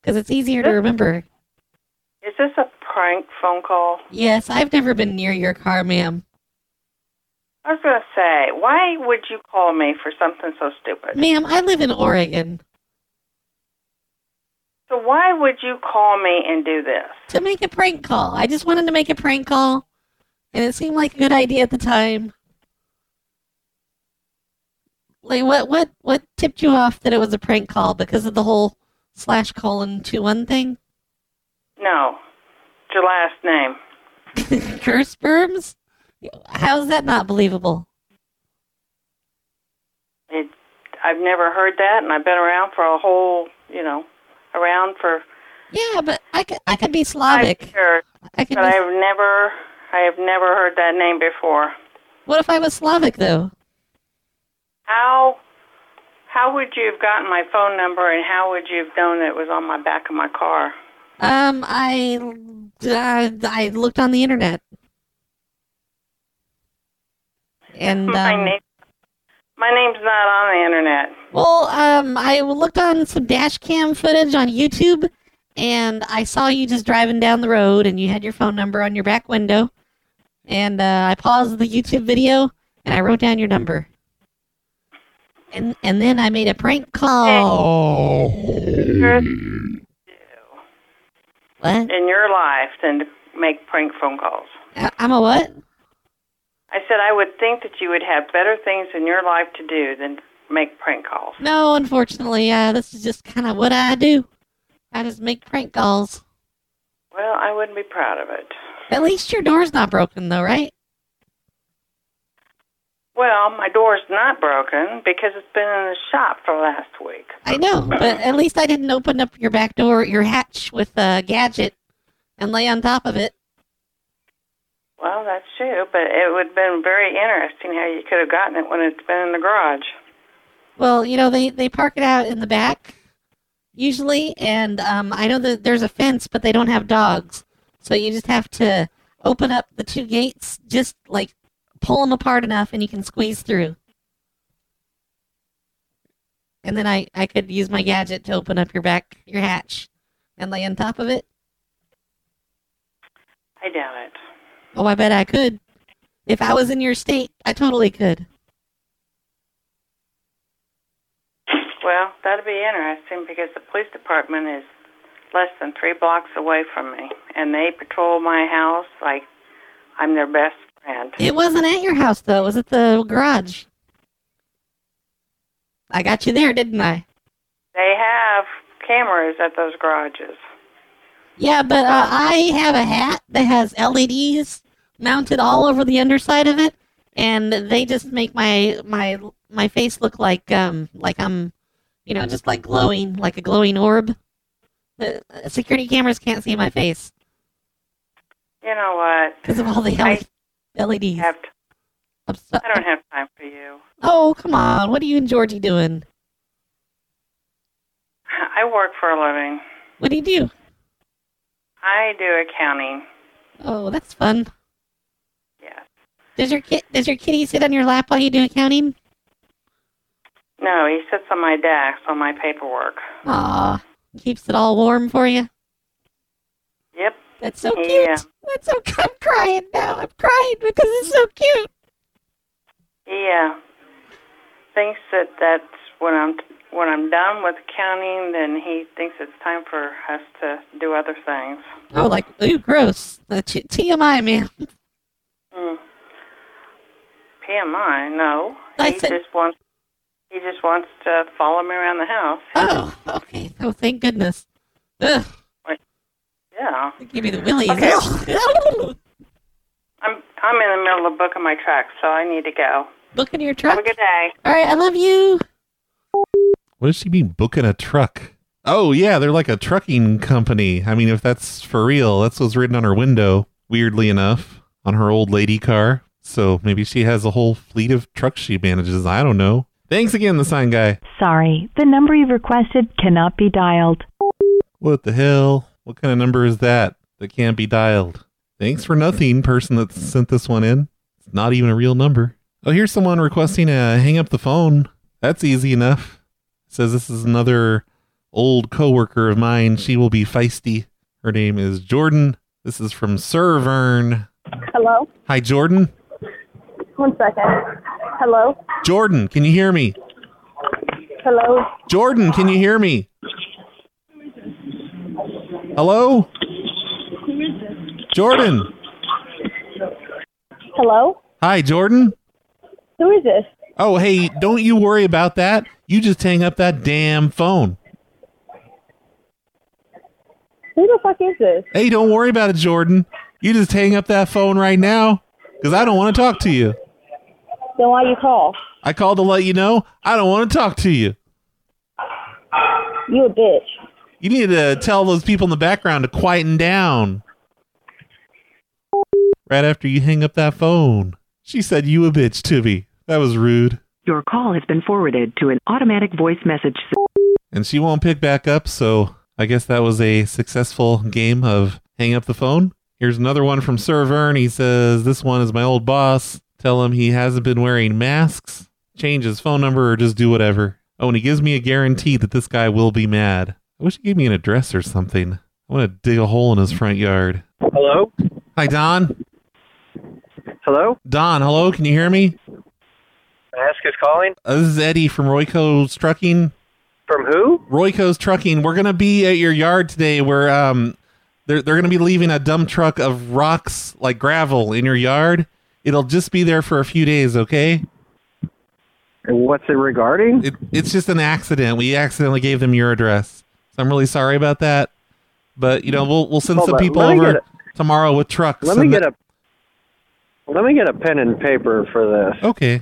S6: Because it's easier to remember.
S12: Is this a prank phone call?
S6: Yes, I've never been near your car, ma'am.
S12: I was gonna say, why would you call me for something so stupid?
S6: Ma'am, I live in Oregon
S12: So why would you call me and do this?
S6: to make a prank call. I just wanted to make a prank call, and it seemed like a good idea at the time. Like what what what tipped you off that it was a prank call because of the whole slash colon two one thing?
S12: No, it's your last name.
S6: Curse sperms? How is that not believable?
S12: It, I've never heard that, and I've been around for a whole, you know, around for.
S6: Yeah, but I could I could be Slavic.
S12: Sure,
S6: I could
S12: but I
S6: be,
S12: have never, I have never heard that name before.
S6: what if I was Slavic though?
S12: How How would you have gotten my phone number and how would you have known it was on my back of my car?
S6: Um, I uh, I looked on the internet, and
S12: my
S6: um,
S12: name my name's not on the internet.
S6: well, um, I looked on some dash cam footage on YouTube, and I saw you just driving down the road, and you had your phone number on your back window, and uh, I paused the YouTube video, and I wrote down your number, and and then I made a prank
S13: Oh.
S14: Oh.
S6: call. What?
S12: In your life than to make prank phone calls.
S6: I- I'm a what?
S12: I said I would think that you would have better things in your life to do than make prank calls.
S6: No, unfortunately, uh, this is just kind of what I do. I just make prank calls.
S12: Well, I wouldn't be proud of it.
S6: At least your door's not broken, though, right?
S12: Well, my door's not broken because it's been in the shop for last week.
S6: I know, but at least I didn't open up your back door, your hatch with a gadget, and lay on top of it.
S12: Well, that's true, but it would have been very interesting how you could have gotten it when it's been in the garage.
S6: Well, you know, they, they park it out in the back usually, and um, I know that there's a fence, but they don't have dogs. So you just have to open up the two gates, just like pull them apart enough, and you can squeeze through. And then I, I could use my gadget to open up your back, your hatch, and lay on top of it.
S12: I doubt it.
S6: Oh, I bet I could. If I was in your state, I totally could.
S12: Well, that'd be interesting because the police department is less than three blocks away from me, and they patrol my house like I'm their best friend.
S6: It wasn't at your house, though. It was at the garage. I got you there, didn't I?
S12: They have cameras at those garages.
S6: Yeah, but uh, I have a hat that has LEDs mounted all over the underside of it, and they just make my my my face look like um like I'm, you know, just like glowing like a glowing orb. The uh, security cameras can't see my face
S12: You know what?
S6: because of all the L- LEDs. I'm so-
S12: I don't have time for you.
S6: oh come on! What are you and Georgie doing?
S12: I work for a living.
S6: What do you do?
S12: I do accounting.
S6: Oh, that's fun.
S12: Yes.
S6: Does your kid does your kitty sit on your lap while you do accounting?
S12: No, he sits on my desk on my paperwork.
S6: Aw, keeps it all warm for you.
S12: Yep.
S6: That's so cute.
S12: Yeah.
S6: That's so I'm crying now. I'm crying because it's so cute.
S12: Yeah. Thinks that that's when I'm when I'm done with accounting, then he thinks it's time for us to do other things.
S6: Oh, like ooh, gross. That's t- TMI, man.
S12: Mm. PMI? No.
S6: I
S12: he
S6: said-
S12: just wants he just wants to follow me around the house.
S6: Oh, okay. Oh, thank goodness. Ugh,
S12: Yeah.
S6: give me the willies.
S12: Okay.
S6: Ugh.
S12: I'm I'm in the middle of booking my truck, so I need to go.
S6: Booking your truck.
S12: Have a good day.
S6: All right, I love you.
S3: What does she mean booking a truck? Oh yeah, they're like a trucking company. I mean, if that's for real, that's what's written on her window. Weirdly enough, on her old lady car. So maybe she has a whole fleet of trucks she manages. I don't know. Thanks again, the sign guy.
S15: Sorry, the number you've requested cannot be dialed.
S3: What the hell? What kind of number is that that can't be dialed? Thanks for nothing, person that sent this one in. It's not even a real number. Oh, here's someone requesting a hang up the phone. That's easy enough. Says this is another old coworker of mine. She will be feisty. Her name is Jordan. This is from Sir Vern.
S14: Hello?
S3: Hi, Jordan.
S14: One second. Hello?
S3: Jordan, can you hear me?
S14: Hello?
S3: Jordan, can you hear me? Hello?
S14: Who is this?
S3: Jordan.
S14: Hello?
S3: Hi, Jordan.
S14: Who is this?
S3: Oh, hey, don't you worry about that. You just hang up that damn phone.
S14: Who the fuck is this?
S3: Hey, don't worry about it, Jordan. You just hang up that phone right now because I don't want to talk to you.
S14: Then why you call?
S3: I called to let you know I don't want to talk to you.
S14: You a bitch.
S3: You need to tell those people in the background to quieten down. Right after you hang up that phone, she said you a bitch to me. That was rude.
S16: Your call has been forwarded to an automatic voice message.
S3: and she won't pick back up. So I guess that was a successful game of hang up the phone. Here's another one from Sir Vern. He says, This one is my old boss. Tell him he hasn't been wearing masks, change his phone number, or just do whatever. Oh, and he gives me a guarantee that this guy will be mad. I wish he gave me an address or something. I want to dig a hole in his front yard.
S11: Hello?
S3: Hi, Don.
S11: Hello?
S3: Don, hello. Can you hear me?
S11: Ask is calling.
S3: Uh, this is Eddie from Royco's Trucking.
S11: From who?
S3: Royco's Trucking. We're gonna be at your yard today. Where um, they're they're gonna be leaving a dump truck of rocks like gravel in your yard. It'll just be there for a few days, okay?
S11: And what's it regarding?
S3: It, it's just an accident. We accidentally gave them your address, so I'm really sorry about that. But you know, we'll we'll send
S11: Hold
S3: some
S11: on,
S3: people
S11: let me
S3: over
S11: get
S3: tomorrow with trucks.
S11: Let me
S3: and
S11: get
S3: the-
S11: a let me get a pen and paper for this.
S3: Okay,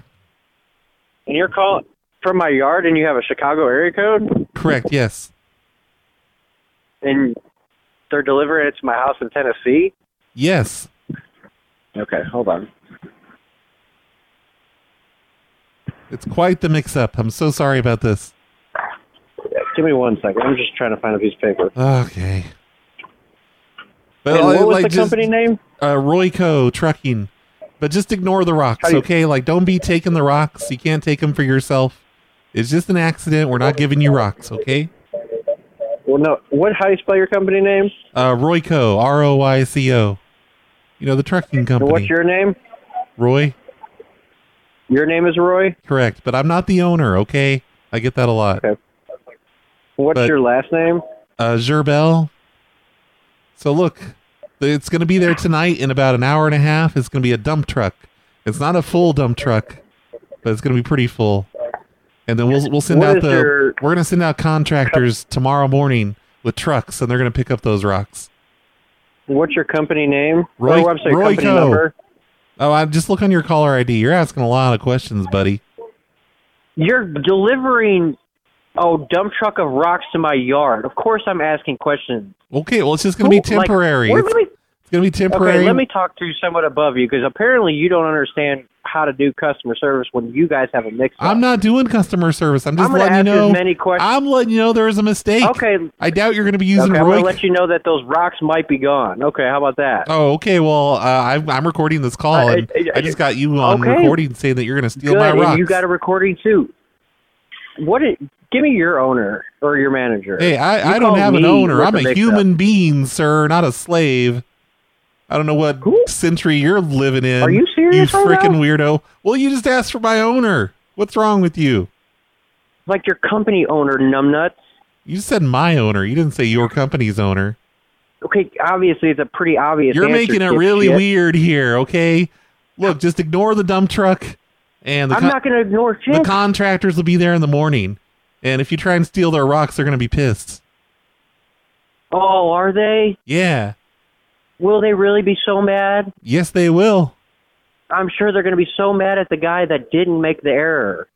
S11: And you're calling from my yard, and you have a Chicago area code,
S3: correct. Yes.
S11: and they're delivering it to my house in Tennessee.
S3: Yes.
S11: Okay, hold on.
S3: It's quite the mix-up. I'm so sorry about this.
S11: Give me one second. I'm just trying to find a piece of paper.
S3: Okay. But
S11: and
S3: I-
S11: what was
S3: like
S11: the
S3: just-
S11: company name?
S3: uh, Royco Trucking. But just ignore the rocks, okay? Like, don't be taking the rocks. You can't take them for yourself. It's just an accident. We're not giving you rocks, okay?
S11: Well, no. What? How do you spell your company name?
S3: Uh, Royco, R O Y C O. You know, the trucking
S11: And
S3: company.
S11: what's your name?
S3: Roy?
S11: Your name is Roy?
S3: Correct. But I'm not the owner, okay? I get that a lot.
S11: What's
S3: But-
S11: your last name?
S3: Uh, Gerbel. So look, it's going to be there tonight in about an hour and a half. It's going to be a dump truck. It's not a full dump truck, but it's going to be pretty full. And then we'll we'll send
S11: What
S3: out
S11: is
S3: the
S11: your-
S3: we're going to send out contractors tomorrow morning with trucks, and they're going to pick up those rocks.
S11: What's your company name?
S3: Roy-
S11: or website
S3: Roy
S11: Oh, company
S3: Co.
S11: number?
S3: Oh, I just look on your caller ID. You're asking a lot of questions, buddy.
S11: You're delivering, oh, dump truck of rocks to my yard. Of course, I'm asking questions.
S3: Okay, well it's just going to be
S11: Who- like,
S3: temporary.
S11: we're
S3: it's
S11: really-
S3: it's going to be temporary.
S11: Okay, let me talk to someone above you because apparently you don't understand how to do customer service when you guys have a mix.
S3: I'm not doing customer service. I'm just
S11: I'm gonna
S3: letting you
S11: ask as
S3: know.
S11: many questions-
S3: I'm letting you know there was a mistake.
S11: Okay.
S3: I doubt you're going to be using
S11: okay, I'm
S3: Roy.
S11: gonna let you know that those rocks might be gone. Okay, how about that?
S3: Oh, okay. Well, uh, I'm I'm recording this call,
S11: I-
S3: and I,
S11: I-
S3: just got you on
S11: Uh, Okay.
S3: recording saying that you're going to steal
S11: Good,
S3: my
S11: and
S3: rocks.
S11: you got a recording too. What? It, give me your owner or your manager.
S3: hey,
S11: You
S3: I, I don't
S11: called
S3: have an
S11: me
S3: owner.
S11: with
S3: I'm
S11: the
S3: a
S11: mix-up.
S3: human being, sir, not a slave. I don't know what century you're living in.
S11: Are you serious
S3: You
S11: right
S3: freaking
S11: now?
S3: weirdo. Well, you just asked for my owner. What's wrong with you?
S11: Like your company owner, numbnuts.
S3: You said my owner. You didn't say your company's owner.
S11: Okay, obviously it's a pretty obvious.
S3: You're
S11: answer,
S3: making it
S11: dipshit.
S3: really weird here, okay? Look, just ignore the dump truck and the
S11: I'm
S3: con-
S11: not going to ignore shit.
S3: the contractors will be there in the morning. And if you try and steal their rocks, they're going to be pissed.
S11: oh, are they?
S3: Yeah.
S11: Will they really be so mad?
S3: Yes, they will.
S11: I'm sure they're going to be so mad at the guy that didn't make the error.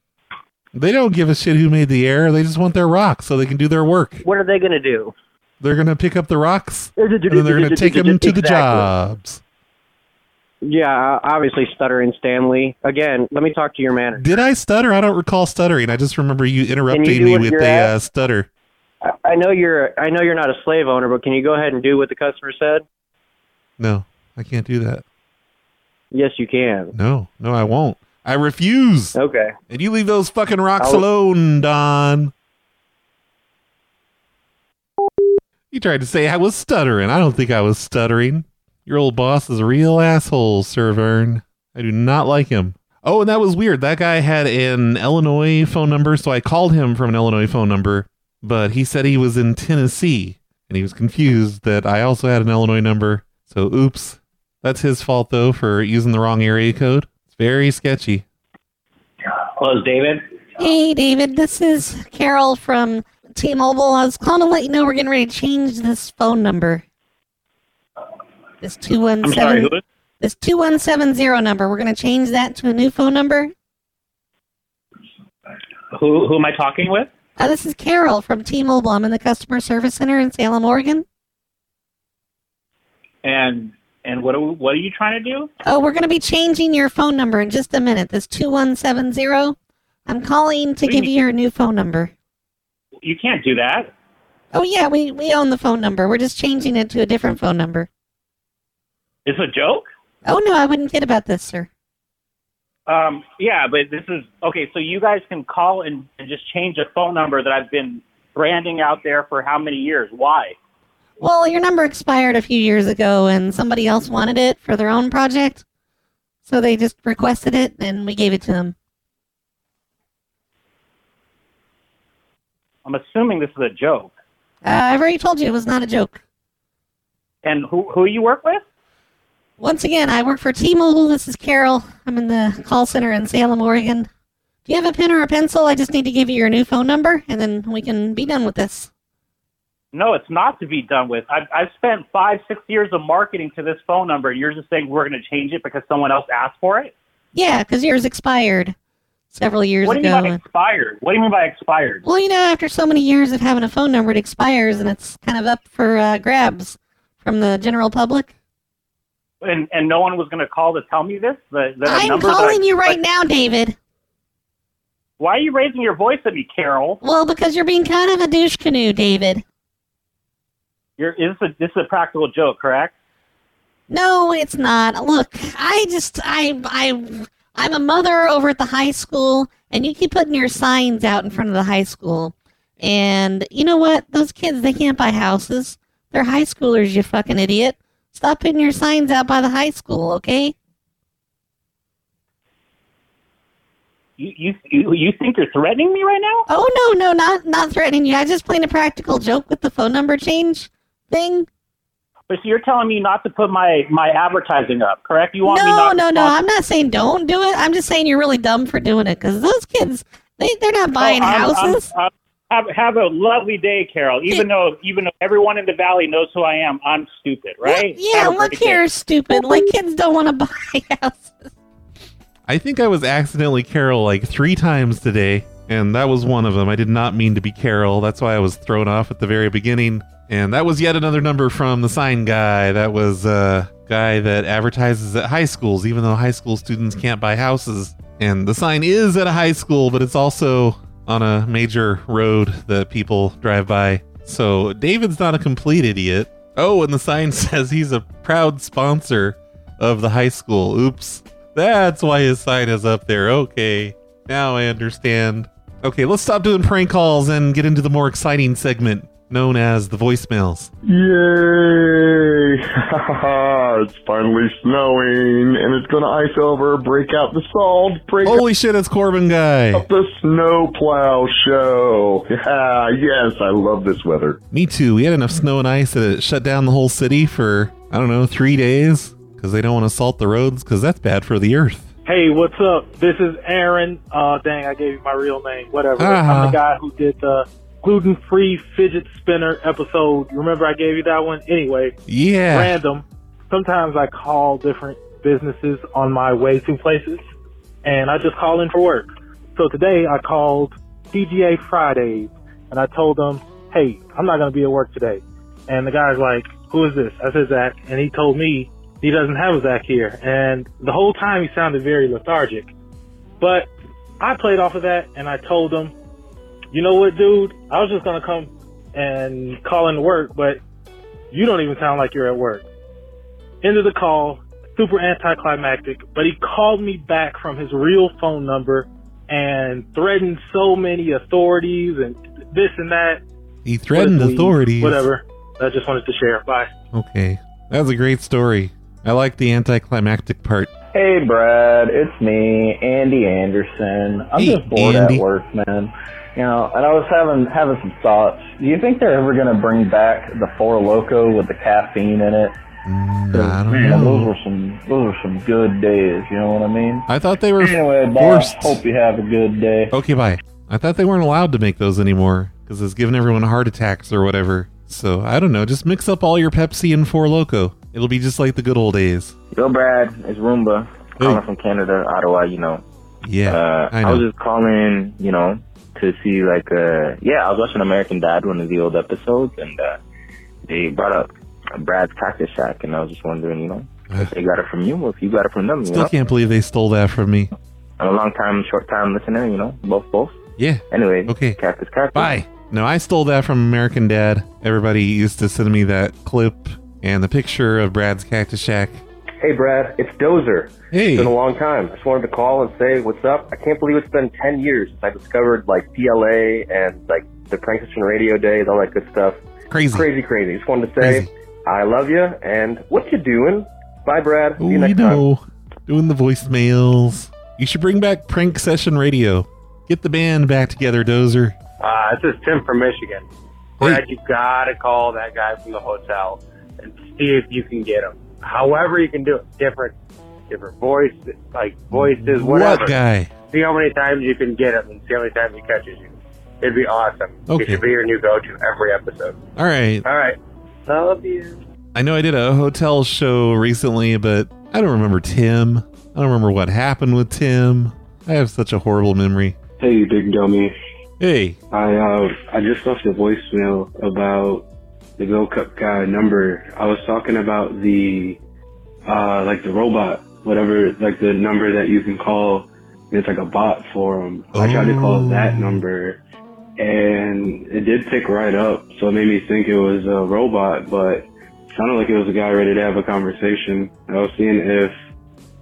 S3: They don't give a shit who made the error. They just want their rocks so they can do their work.
S11: What are they going to do?
S3: They're going to pick up the rocks and then they're going to take them to the
S11: Exactly.
S3: jobs.
S11: Yeah, obviously stuttering Stanley. Again, let me talk to your manager.
S3: Did I stutter? I don't recall stuttering. I just remember you interrupting
S11: do
S3: me
S11: what
S3: with
S11: you're
S3: a
S11: at?
S3: uh, stutter.
S11: I- I know you're I know you're not a slave owner, but can you go ahead and do what the customer said?
S3: No, I can't do that.
S11: Yes, you can.
S3: No, no, I won't. I refuse.
S11: Okay.
S3: And you leave those fucking rocks
S11: I'll-
S3: alone, Don. You tried to say I was stuttering. I don't think I was stuttering. Your old boss is a real asshole, Sir Vern. I do not like him. Oh, and that was weird. That guy had an Illinois phone number, so I called him from an Illinois phone number, but he said he was in Tennessee, and he was confused that I also had an Illinois number. So, oops. That's his fault, though, for using the wrong area code. It's very sketchy.
S17: Oh,
S11: Hello, David.
S6: Hey, David, this is Carol from T Mobile. I was calling to let you know we're getting ready to change this phone number. This 217. This 2170 number. We're going to change that to a new phone number.
S17: Who who am I talking with?
S6: Uh, this is Carol from T Mobile. I'm in the customer service center in Salem, Oregon.
S17: And and what are we, what are you trying to do?
S6: Oh, we're going to be changing your phone number in just a minute. This 2170. I'm calling to give you your new phone number.
S17: You can't do that.
S6: Oh yeah, we we own the phone number. We're just changing it to a different phone number.
S17: It's a joke.
S6: Oh no, I wouldn't kid about this, sir.
S17: Um, yeah, but this is okay. So you guys can call and, and just change a phone number that I've been branding out there for how many years? Why?
S6: Well, your number expired a few years ago, and somebody else wanted it for their own project, so they just requested it, and we gave it to them.
S17: I'm assuming this is a joke.
S6: Uh, I've already told you it was not a joke.
S17: And who who you work with?
S6: Once again, I work for T-Mobile. This is Carol. I'm in the call center in Salem, Oregon. Do you have a pen or a pencil? I just need to give you your new phone number, and then we can be done with this.
S17: No, it's not to be done with. I've, I've spent five, six years of marketing to this phone number, and you're just saying we're going to change it because someone else asked for it.
S6: Yeah, because yours expired several years
S17: what do you
S6: ago.
S17: mean by expired? What do you mean by expired?
S6: Well, you know, after so many years of having a phone number, it expires and it's kind of up for uh, grabs from the general public.
S17: And and no one was going to call to tell me this. The, the
S6: I'm
S17: number that I-
S6: calling you right
S17: like,
S6: now, David.
S17: Why are you raising your voice at me, Carol?
S6: Well, because you're being kind of a douche canoe, David.
S17: You're, is this a, this is a practical joke, correct?
S6: No, it's not. Look, I just I I I'm a mother over at the high school and you keep putting your signs out in front of the high school. And you know what? Those kids they can't buy houses. They're high schoolers, you fucking idiot. Stop putting your signs out by the high school, okay?
S17: You you you, you think you're threatening me right now?
S6: Oh no, no, not not threatening you. I just playing a practical joke with the phone number change thing.
S17: But so you're telling me not to put my my advertising up, correct? You want me
S6: no,
S17: not
S6: no,
S17: to
S6: no.
S17: sponsor-
S6: I'm not saying don't do it. I'm just saying you're really dumb for doing it because those kids, they, they're not buying
S17: Oh, I'm-
S6: houses.
S17: I'm- I'm- have, have a lovely day, Carol. Even though even though everyone in the valley knows who I am, I'm stupid, right?
S6: yeah,
S17: Have a
S6: look
S17: great day.
S6: here, stupid. Like, kids don't want to buy houses.
S3: I think I was accidentally Carol like three times today, and that was one of them. I did not mean to be Carol. That's why I was thrown off at the very beginning. And that was yet another number from the sign guy. That was a guy that advertises at high schools, even though high school students can't buy houses. And the sign is at a high school, but it's also on a major road that people drive by. So David's not a complete idiot. Oh, and the sign says he's a proud sponsor of the high school. Oops. That's why his sign is up there. Okay. Now I understand. Okay, let's stop doing prank calls and get into the more exciting segment known as the voicemails.
S10: Yay! it's finally snowing, and it's gonna ice over. Break out the salt. Break
S3: Holy shit, it's Corbin guy.
S10: out the snowplow show. Yeah, yes, I love this weather.
S3: Me too. We had enough snow and ice that it shut down the whole city for, I don't know, three days because they don't want to salt the roads because that's bad for the earth.
S18: Hey, what's up? This is Aaron. Uh, dang, I gave you my real name. Whatever.
S3: Uh-huh.
S18: I'm the guy who did the gluten-free fidget spinner episode. You Remember, I gave you that one. Anyway,
S3: Yeah.
S18: random. Sometimes I call different businesses on my way to places, and I just call in for work. So today I called DGA Fridays, and I told them, "Hey, I'm not going to be at work today." And the guy's like, "Who is this?" I said, "Zach," and he told me he doesn't have a Zach here. And the whole time he sounded very lethargic. But I played off of that, and I told him, "You know what, dude? I was just going to come and call in to work, but you don't even sound like you're at work. End of the call, super anticlimactic, but he called me back from his real phone number and threatened so many authorities and this and that.
S3: He threatened
S18: What a dweeb.
S3: authorities.
S18: Whatever. I just wanted to share. Bye.
S3: Okay. That was a great story. I like the anticlimactic part.
S19: Hey, Brad, it's me, Andy Anderson. I'm
S3: Hey,
S19: just bored
S3: Andy.
S19: at work, man. You know, and I was having having some thoughts. Do you think they're ever gonna bring back the Four Loco with the caffeine in it?
S3: Mm, I don't
S19: man,
S3: know.
S19: those were some those were some good days. You know what I mean?
S3: I thought they were
S19: anyway, boss.
S3: forced.
S19: Hope you have a good day.
S3: Okay, bye. I thought they weren't allowed to make those anymore because it's giving everyone heart attacks or whatever. So I don't know. Just mix up all your Pepsi and Four Loco. It'll be just like the good old days.
S20: Yo, Brad, it's Roomba. Calling from Canada, Ottawa, you know.
S3: Yeah,
S20: Uh,
S3: I
S20: I,
S3: know.
S20: was just calling, you know, to see, like, uh, yeah, I was watching American Dad, one of the old episodes, and uh, they brought up Brad's practice shack, and I was just wondering, you know, if they got it from you or if you got it from them, you
S3: Ah. Still
S20: know?
S3: can't believe they stole that from me.
S20: I'm a long time, short time listener, you know, both, both.
S3: Yeah.
S20: Anyway,
S3: okay.
S20: Cactus Cactus.
S3: Bye. No, I stole that from American Dad. Everybody used to send me that clip and the picture of Brad's Cactus Shack.
S21: Hey, Brad, it's Dozer.
S3: Hey.
S21: It's been a long time. I just wanted to call and say what's up. I can't believe it's been 10 years since I discovered, like, PLA and, like, the Prankstation Radio Days, all that good stuff.
S3: Crazy.
S21: Crazy, crazy. Just wanted to say I love you and what you doing? Bye, Brad.
S3: Oh, you know, doing the voicemails. You should bring back Prank Session Radio. Get the band back together, Dozer.
S22: Uh, this is Tim from Michigan. Brad, you gotta call that guy from the hotel and see if you can get him. However, you can do it. Different, different voice, like voices,
S3: What
S22: whatever.
S3: guy?
S22: See how many times you can get him and see how many times he catches you. It'd be awesome.
S3: Okay.
S22: It should be your new go-to every episode.
S3: All right.
S22: All right. Love you.
S3: I know I did a hotel show recently, but I don't remember Tim. I don't remember what happened with Tim. I have such a horrible memory.
S23: Hey, you big dummy.
S3: Hey.
S23: I uh, I just left a voicemail about the Go Cup guy number. I was talking about the uh, like the robot, whatever, like the number that you can call. and It's like a bot for him. I tried to call that number, and it did pick right up. So it made me think it was a robot, but it sounded like it was a guy ready to have a conversation. I was seeing if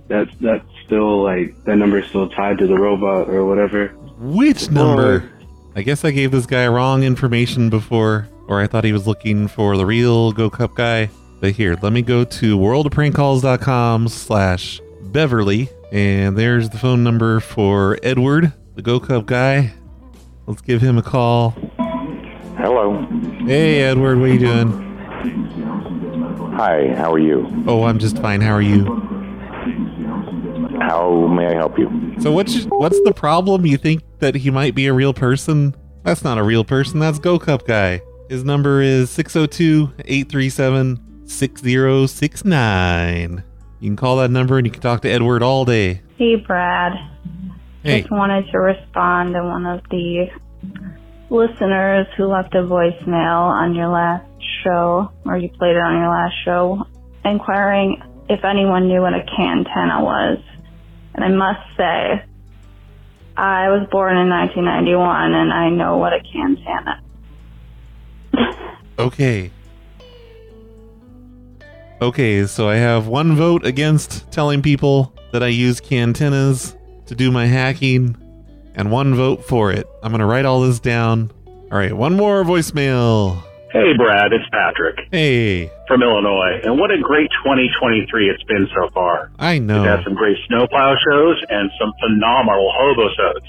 S23: that's that's still like that number is still tied to the robot or whatever.
S3: Which number? I guess I gave this guy wrong information before, or I thought he was looking for the real Go Cup guy. But here, let me go to worldofprankcalls.com slash Beverly, and there's the phone number for Edward, the Go Cup guy. Let's give him a call.
S24: Hello.
S3: Hey, Edward, what are you doing?
S24: Hi, how are you?
S3: Oh, I'm just fine. How are you?
S24: How may I help you?
S3: So what's what's the problem? You think that he might be a real person? That's not a real person. That's Go Cup guy. His number is 602-837-6069. You can call that number and you can talk to Edward all day.
S14: Hey, Brad.
S3: Hey.
S14: Just wanted to respond to one of the listeners who left a voicemail on your last show, or you played it on your last show, inquiring if anyone knew what a cantenna was. And I must say, I was born in 1991 and I know what a cantenna
S3: Okay. Okay, so I have one vote against telling people that I use cantinas to do my hacking, and one vote for it. I'm gonna write all this down. All right, one more voicemail.
S25: Hey, Brad, it's Patrick
S3: Hey,
S25: from Illinois. And what a great 2023 it's been so far.
S3: I
S25: We've
S3: know.
S25: had some great snowplow shows and some phenomenal hobosodes.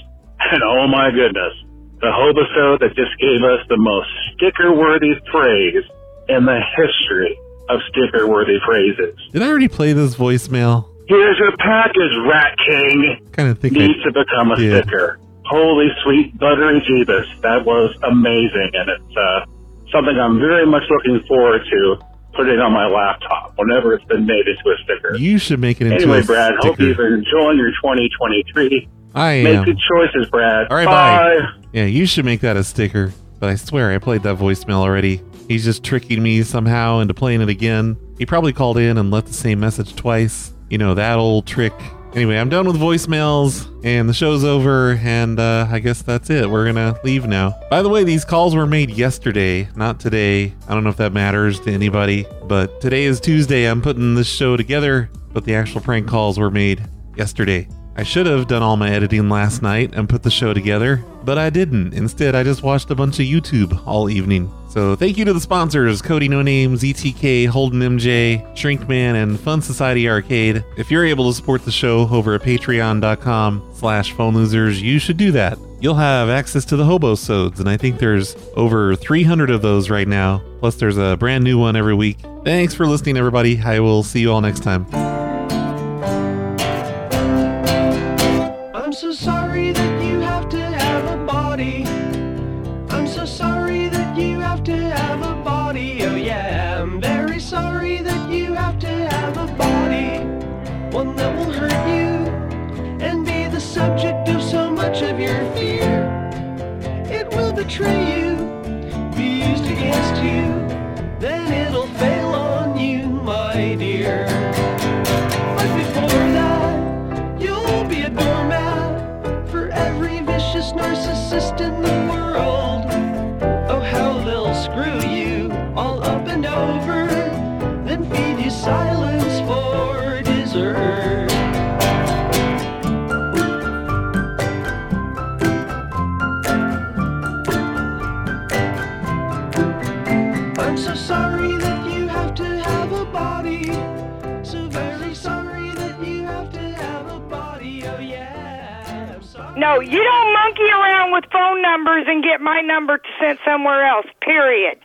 S25: And oh my goodness, the hobosode that just gave us the most sticker-worthy phrase in the history of sticker-worthy phrases.
S3: Did I already play this voicemail?
S25: Here's your package, Rat King.
S3: Kind of think I
S25: needs to become a
S3: did.
S25: sticker. Holy sweet buttery jeebus, that was amazing, and it's uh, something I'm very much looking forward to putting on my laptop whenever it's been made into a sticker.
S3: You should make it into
S25: Anyway,
S3: a
S25: Brad, hope
S3: sticker.
S25: you've been enjoying your 2023.
S3: I
S25: Make
S3: am.
S25: good choices, Brad.
S3: All right, bye. Yeah, you should make that a sticker. But I swear I played that voicemail already. He's just tricking me somehow into playing it again. He probably called in and left the same message twice. You know, that old trick. Anyway, I'm done with voicemails and the show's over, and uh, I guess that's it. We're gonna leave now. By the way, these calls were made yesterday, not today. I don't know if that matters to anybody, but today is Tuesday. I'm putting this show together, but the actual prank calls were made yesterday. I should have done all my editing last night and put the show together, but I didn't. Instead, I just watched a bunch of YouTube all evening. So thank you to the sponsors Cody No Name, ZTK, Holden MJ, Shrink Man, and Fun Society Arcade. If you're able to support the show over at patreon.com slash phone losers, you should do that. You'll have access to the hobosodes, and I think there's over 300 of those right now. Plus, there's a brand new one every week. Thanks for listening, everybody. I will see you all next time.
S13: I'm so sorry that you have to have a body. I'm so sorry that you have to have a body. Oh yeah, I'm very sorry that you have to have a body. One that will hurt you and be the subject of so much of your fear. It will betray you, be used against you, then it'll fail on you, my dear. But before that, You'll be a doormat Oh, all up and over, then feed you silence for dessert. I'm so sorry that you have to have a body. So very sorry that you have to have a body. Oh yeah. I'm sorry.
S12: No, you don't monkey around with phone numbers and get my number sent somewhere else, period.